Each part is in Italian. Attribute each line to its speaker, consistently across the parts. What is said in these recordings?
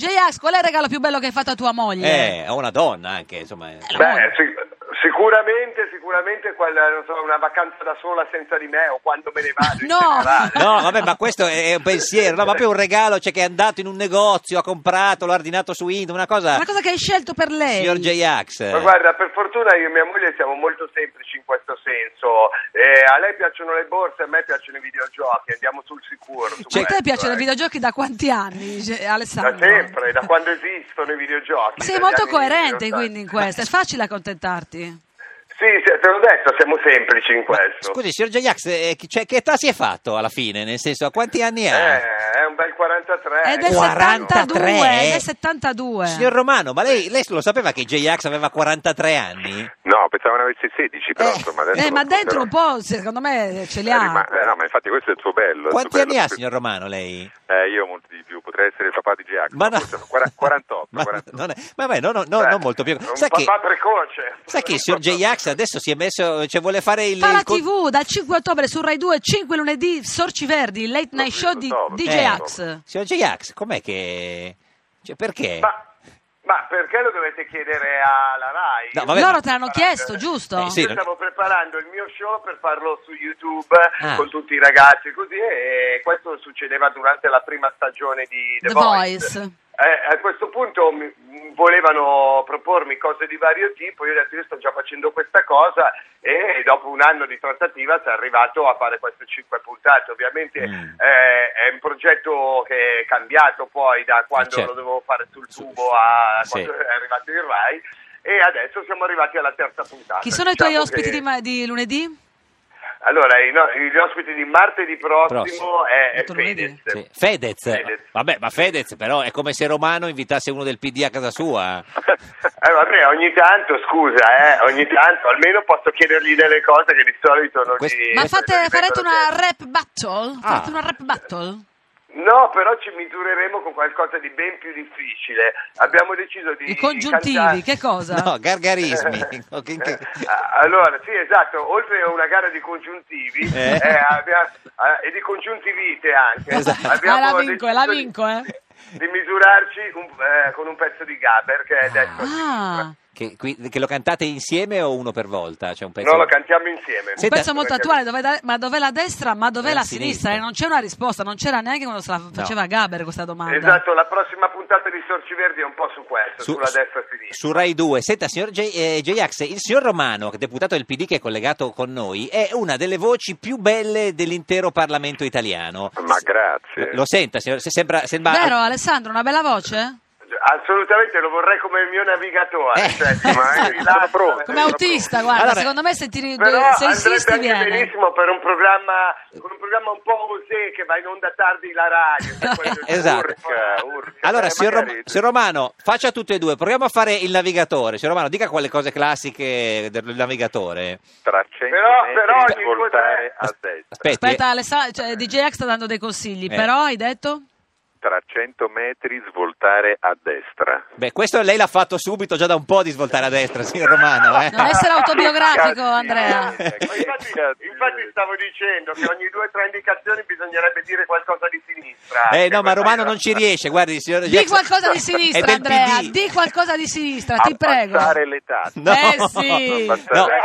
Speaker 1: J-Ax, qual è il regalo più bello che hai fatto a tua moglie?
Speaker 2: Eh, a una donna anche, insomma. eh.
Speaker 1: la moglie.
Speaker 3: Beh, sic- sicuramente, sicuramente quella, non so, una vacanza da sola senza di me o quando me ne vado. in
Speaker 1: No.
Speaker 3: generale.
Speaker 2: No, vabbè, ma questo è un pensiero, no, ma poi un regalo, cioè che è andato in un negozio, ha comprato, l'ha ordinato su internet, una cosa...
Speaker 1: Una cosa che hai scelto per lei.
Speaker 2: ah. Signor J-Ax.
Speaker 3: Ma guarda, per fortuna io e mia moglie siamo molto semplici in questo senso. Eh, a lei piacciono le borse, a me piacciono i videogiochi, andiamo sul sicuro. su
Speaker 1: Cioè, a te
Speaker 3: questo,
Speaker 1: piacciono i
Speaker 3: eh.
Speaker 1: videogiochi da quanti anni, Ge-
Speaker 3: Da
Speaker 1: Alessandro?
Speaker 3: sempre, da quando esistono i videogiochi.
Speaker 1: Sei
Speaker 3: dagli
Speaker 1: molto
Speaker 3: anni
Speaker 1: coerente
Speaker 3: 80.
Speaker 1: quindi in questo, è facile accontentarti.
Speaker 3: Sì, sì, te l'ho detto, siamo semplici in
Speaker 2: Eh, Ma,
Speaker 3: questo.
Speaker 2: Scusi, signor J-Ax, eh, chi- cioè, che età si è fatto alla fine? Nel senso, a quanti anni ha?
Speaker 3: Eh, è un bel 43.
Speaker 1: È del 72,
Speaker 2: 43?
Speaker 1: è del 72.
Speaker 2: eh. Signor Romano, ma lei, lei lo sapeva che J-Ax aveva 43 anni?
Speaker 4: No, pensavo ne avessi 16, però
Speaker 2: Eh,
Speaker 4: insomma adesso...
Speaker 1: Eh, ma
Speaker 4: però-
Speaker 1: dentro un po', secondo me, ce li
Speaker 4: Eh,
Speaker 1: ha.
Speaker 4: rima- eh, no, ma infatti questo è il suo bello. il suo
Speaker 2: Quanti
Speaker 4: bello.
Speaker 2: anni ha, signor Romano, lei?
Speaker 4: Eh, io molto di più, potrei essere il papà di Jack. Ma forse no. Quara- 48,
Speaker 2: Ma
Speaker 4: 48.
Speaker 2: non è- ma beh, no, no, no,
Speaker 3: Beh,
Speaker 2: non molto più.
Speaker 3: Un
Speaker 2: Sa che,
Speaker 3: papà precoce.
Speaker 2: sa che il signor J-Ax adesso si è messo, cioè vuole fare il...
Speaker 1: Fa la
Speaker 2: il con-
Speaker 1: TV dal 5 ottobre su Rai 2, 5 lunedì, Sorci Verdi, il late
Speaker 4: Non
Speaker 1: night
Speaker 4: si
Speaker 1: show di
Speaker 4: risultava,
Speaker 1: DJ
Speaker 2: eh.
Speaker 1: Ax.
Speaker 2: Signor J-Ax, com'è che... Cioè, perché?
Speaker 3: Ma, ma perché lo dovete chiedere alla RAI?
Speaker 2: No, vabbè,
Speaker 1: Loro
Speaker 2: ma-
Speaker 1: te l'hanno chiesto, giusto?
Speaker 2: Eh, sì.
Speaker 3: Io
Speaker 2: non-
Speaker 3: stavo preparando il mio show per farlo su YouTube
Speaker 2: Ah.
Speaker 3: con tutti i ragazzi così e questo succedeva durante la prima stagione di The,
Speaker 1: The Voice.
Speaker 3: Eh, a questo punto mi- m- volevano propormi cose di vario tipo, io ho detto io sto già facendo questa cosa e dopo un anno di trattativa si è arrivato a fare queste cinque puntate. Ovviamente
Speaker 2: Mm.
Speaker 3: eh, è un progetto che è cambiato poi da quando
Speaker 2: certo.
Speaker 3: lo dovevo fare sul
Speaker 2: Su-
Speaker 3: tubo a
Speaker 2: sì.
Speaker 3: quando è arrivato il Rai e adesso siamo arrivati alla terza puntata.
Speaker 1: Chi sono i
Speaker 3: Diciamo
Speaker 1: tuoi ospiti
Speaker 3: che-
Speaker 1: di, ma- di lunedì?
Speaker 3: Allora, i no- gli ospiti di martedì prossimo,
Speaker 2: Prossimo.
Speaker 3: è, è
Speaker 1: Tutto lunedì.
Speaker 3: Fedez.
Speaker 2: Sì, Cioè, Fedez.
Speaker 3: Fedez.
Speaker 2: Vabbè, ma Fedez però è come se Romano invitasse uno del PD a casa sua.
Speaker 3: Eh, vabbè, ogni tanto, scusa, eh, ogni tanto, almeno posso chiedergli delle cose che di solito non
Speaker 2: Questo-
Speaker 3: gli... cioè,
Speaker 1: Ma
Speaker 2: Eh,
Speaker 1: fate, farete una
Speaker 3: rap
Speaker 1: rap battle?
Speaker 2: Ah.
Speaker 1: Farete una rap battle?
Speaker 3: No, però ci misureremo con qualcosa di ben più difficile. Abbiamo deciso di...
Speaker 1: I congiuntivi,
Speaker 3: cantare-
Speaker 1: che cosa?
Speaker 2: No, gargarismi. Che- che-
Speaker 3: Ah, Allora, sì, esatto, oltre a una gara di congiuntivi
Speaker 2: Eh.
Speaker 3: eh, abbia- eh, e di congiuntivite anche,
Speaker 2: Esatto.
Speaker 1: Eh, la vinco,
Speaker 3: deciso
Speaker 1: la
Speaker 3: di-
Speaker 1: vinco, eh.
Speaker 3: di misurarci un- eh, con un pezzo di Gaber che è detto.
Speaker 1: Ah,
Speaker 2: che, qui- che lo cantate insieme o uno per volta? Cioè un pezzo...
Speaker 3: No, lo cantiamo insieme.
Speaker 1: un
Speaker 2: Senta-
Speaker 1: pezzo molto attuale, dove da- ma dov'è la destra, ma dov'è
Speaker 2: Eh,
Speaker 1: la
Speaker 2: sinistra.
Speaker 1: sinistra? E non c'è una risposta, non c'era neanche quando se la faceva Gaber questa domanda.
Speaker 3: Esatto, la prossima puntata di Sorci Verdi è un po' su questo,
Speaker 2: Su-
Speaker 3: sulla
Speaker 2: su-
Speaker 3: destra e sinistra.
Speaker 2: Su Rai 2. Senta, signor J- eh, J-Ax, il signor Romano, deputato del PD che è collegato con noi, è una delle voci più belle dell'intero Parlamento italiano.
Speaker 4: Ma grazie.
Speaker 2: Lo senta, signor? Se sembra, sembra-
Speaker 1: Vero Alessandro, una bella voce?
Speaker 3: Cioè, Assolutamente, lo vorrei come il mio navigatore.
Speaker 2: Eh.
Speaker 3: cioè, si
Speaker 4: Ma è-
Speaker 3: rilassa,
Speaker 4: sono pronto.
Speaker 1: Come
Speaker 4: Eh,
Speaker 1: autista, guarda,
Speaker 2: Allora-
Speaker 1: secondo me se, ti,
Speaker 3: Però
Speaker 1: se insisti
Speaker 3: andrebbe anche
Speaker 1: viene.
Speaker 3: benissimo per un programma con un programma un po' osè che va in onda tardi la radio. sai, quello di
Speaker 2: Esatto.
Speaker 3: Urca, urca.
Speaker 2: Allora,
Speaker 4: Eh,
Speaker 2: signor,
Speaker 4: magari-
Speaker 2: Rom- signor Romano, faccia tutte e due. Proviamo a fare il navigatore. Signor Romano, dica quelle cose classiche del navigatore.
Speaker 4: Tra 100
Speaker 3: Però-
Speaker 4: metri
Speaker 3: però ogni
Speaker 4: voltare a
Speaker 2: As-
Speaker 4: destra.
Speaker 2: Aspetti.
Speaker 1: Aspetta, Alessandro, cioè, DJ X sta dando dei consigli,
Speaker 2: Eh.
Speaker 1: però hai detto?
Speaker 4: Tra 100 metri svoltare a destra.
Speaker 2: Beh, questo lei l'ha fatto subito, già da un po' di svoltare a destra, signor Romano. eh.
Speaker 1: Non essere autobiografico,
Speaker 4: Cazzi.
Speaker 1: Andrea.
Speaker 3: Ma infatti, infatti stavo dicendo che ogni due o tre indicazioni bisognerebbe dire qualcosa di sinistra. Cioè,
Speaker 2: Eh, no, ma Romano non ci riesce, guardi, signor
Speaker 1: Di
Speaker 2: Jackson-
Speaker 1: qualcosa
Speaker 2: è
Speaker 1: di sinistra,
Speaker 2: del
Speaker 1: Andrea,
Speaker 2: PD.
Speaker 1: di qualcosa di sinistra, ti prego.
Speaker 4: Abbassare le tasse.
Speaker 2: No.
Speaker 1: Eh sì.
Speaker 2: No.
Speaker 4: eh.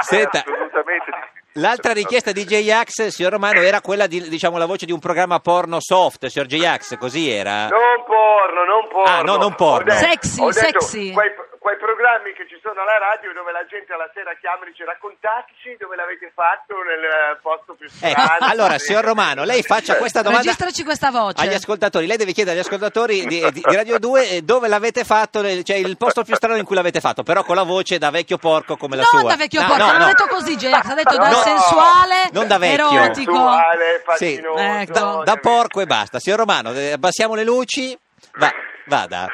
Speaker 2: Senta.
Speaker 4: Senta. Assolutamente di sinistra.
Speaker 2: L'altra richiesta di J-Ax, signor Romano, era quella di, diciamo, la voce di un programma porno soft, signor J-Ax, così era?
Speaker 3: Non porno, non porno.
Speaker 2: Ah, no, non porno.
Speaker 3: Ho detto-
Speaker 1: Sexy,
Speaker 3: ho detto,
Speaker 1: sexy.
Speaker 3: Quei, quei programmi che ci sono alla radio dove la gente alla sera chiama e dice raccontateci dove l'avete fatto nel eh, posto più strano.
Speaker 2: Ecco, allora, signor Romano, lei faccia questa domanda
Speaker 1: Registraci questa voce.
Speaker 2: agli ascoltatori. Lei deve chiedere agli ascoltatori di, di- di Radio 2 eh, dove l'avete fatto, eh, cioè il posto più strano in cui l'avete fatto, però con la voce da vecchio porco come la
Speaker 1: non
Speaker 2: sua.
Speaker 1: da vecchio
Speaker 2: No,
Speaker 1: porco,
Speaker 2: no,
Speaker 1: non ha
Speaker 2: no.
Speaker 1: detto così, J-Ax, ha detto da
Speaker 3: No,
Speaker 1: sensuale,
Speaker 2: non da vecchio.
Speaker 1: erotico.
Speaker 3: Sessuale,
Speaker 2: Sì,
Speaker 3: fascinoso, cioè,
Speaker 1: ecco.
Speaker 2: da, da porco e basta. Signor Romano, eh, abbassiamo le luci, va, vada.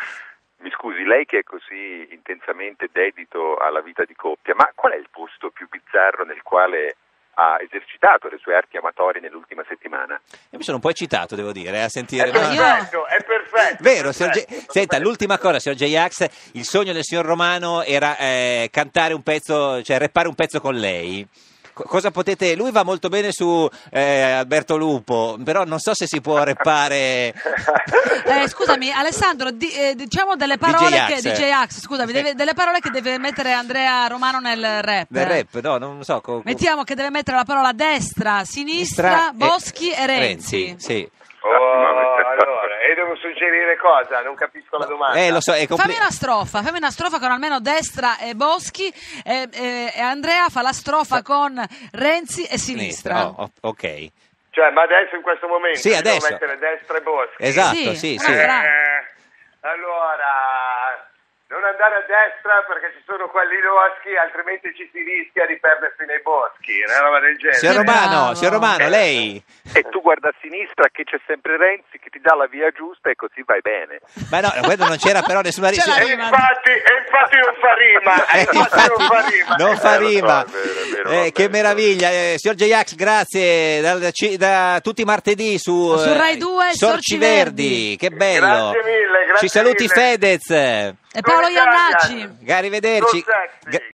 Speaker 4: Mi scusi, lei che è così intensamente dedito alla vita di coppia, ma qual è il posto più bizzarro nel quale ha esercitato le sue arti amatorie nell'ultima settimana?
Speaker 2: Io mi sono un po' eccitato, devo dire, eh, a sentire.
Speaker 3: È
Speaker 1: Ma io-
Speaker 3: perfetto, è perfetto.
Speaker 2: Vero, signor J-
Speaker 3: perfetto.
Speaker 2: senta, l'ultima cosa, signor J-Ax, il sogno del signor Romano era eh, cantare un pezzo, cioè rappare un pezzo con lei. co- cosa potete... Lui va molto bene su eh, Alberto Lupo, però non so se si può reppare...
Speaker 1: Eh, scusami, Alessandro, di- eh, diciamo delle parole
Speaker 2: DJ
Speaker 1: che
Speaker 2: Axe.
Speaker 1: DJ Axe, scusami, deve- delle parole che deve mettere Andrea Romano nel rap.
Speaker 2: Del rap, no, non so... co- co-
Speaker 1: Eh. Mettiamo che deve mettere la parola destra, sinistra,
Speaker 2: Stra- eh,
Speaker 1: Boschi e
Speaker 2: Renzi.
Speaker 1: Renzi.
Speaker 2: sì.
Speaker 3: Oh, allora, e devo suggerire cosa? Non capisco la domanda.
Speaker 2: Eh, lo so, è compli-
Speaker 1: Fammi una strofa, fammi una strofa con almeno destra e Boschi e, e- e Andrea fa la strofa con Renzi e sinistra.
Speaker 2: Oh, oh, ok.
Speaker 3: Cioè, ma adesso in questo momento
Speaker 2: Sì,
Speaker 3: devo
Speaker 2: adesso.
Speaker 3: mettere destra e boschi.
Speaker 2: Esatto,
Speaker 1: Sì, Ah,
Speaker 2: sì,
Speaker 1: una
Speaker 2: sì.
Speaker 1: fra-
Speaker 3: Eh, allora, non andare a destra perché ci sono quelli roschi, altrimenti ci si rischia di perdersi nei boschi, una roba del genere.
Speaker 1: Sì,
Speaker 2: Signor Romano,
Speaker 1: bravo.
Speaker 2: signor Romano, lei...
Speaker 4: E tu guarda a sinistra che c'è sempre Renzi che ti dà la via giusta e così vai bene.
Speaker 2: Ma no, quello non c'era però nessuna
Speaker 1: C'era
Speaker 2: risposta.
Speaker 3: E infatti, e infatti non fa rima, e
Speaker 2: Eh,
Speaker 3: infatti non fa
Speaker 2: infatti,
Speaker 3: rima.
Speaker 2: non fa
Speaker 4: Eh, lo so,
Speaker 2: rima.
Speaker 4: è vero, è vero, va
Speaker 2: Eh, che
Speaker 4: bene.
Speaker 2: meraviglia, eh, signor J-Ax, grazie da, da ci- da tutti i martedì su,
Speaker 1: Su
Speaker 2: eh,
Speaker 1: Rai 2,
Speaker 2: Sorci
Speaker 1: Sorci
Speaker 2: Verdi.
Speaker 1: Verdi.
Speaker 2: Che bello!
Speaker 3: Grazie mille,
Speaker 2: Ci
Speaker 3: grazie
Speaker 2: saluti
Speaker 3: mille.
Speaker 2: Fedez.
Speaker 1: E Paolo
Speaker 3: Come Italian.
Speaker 1: Iannacci.
Speaker 2: Arrivederci.
Speaker 3: So sexy.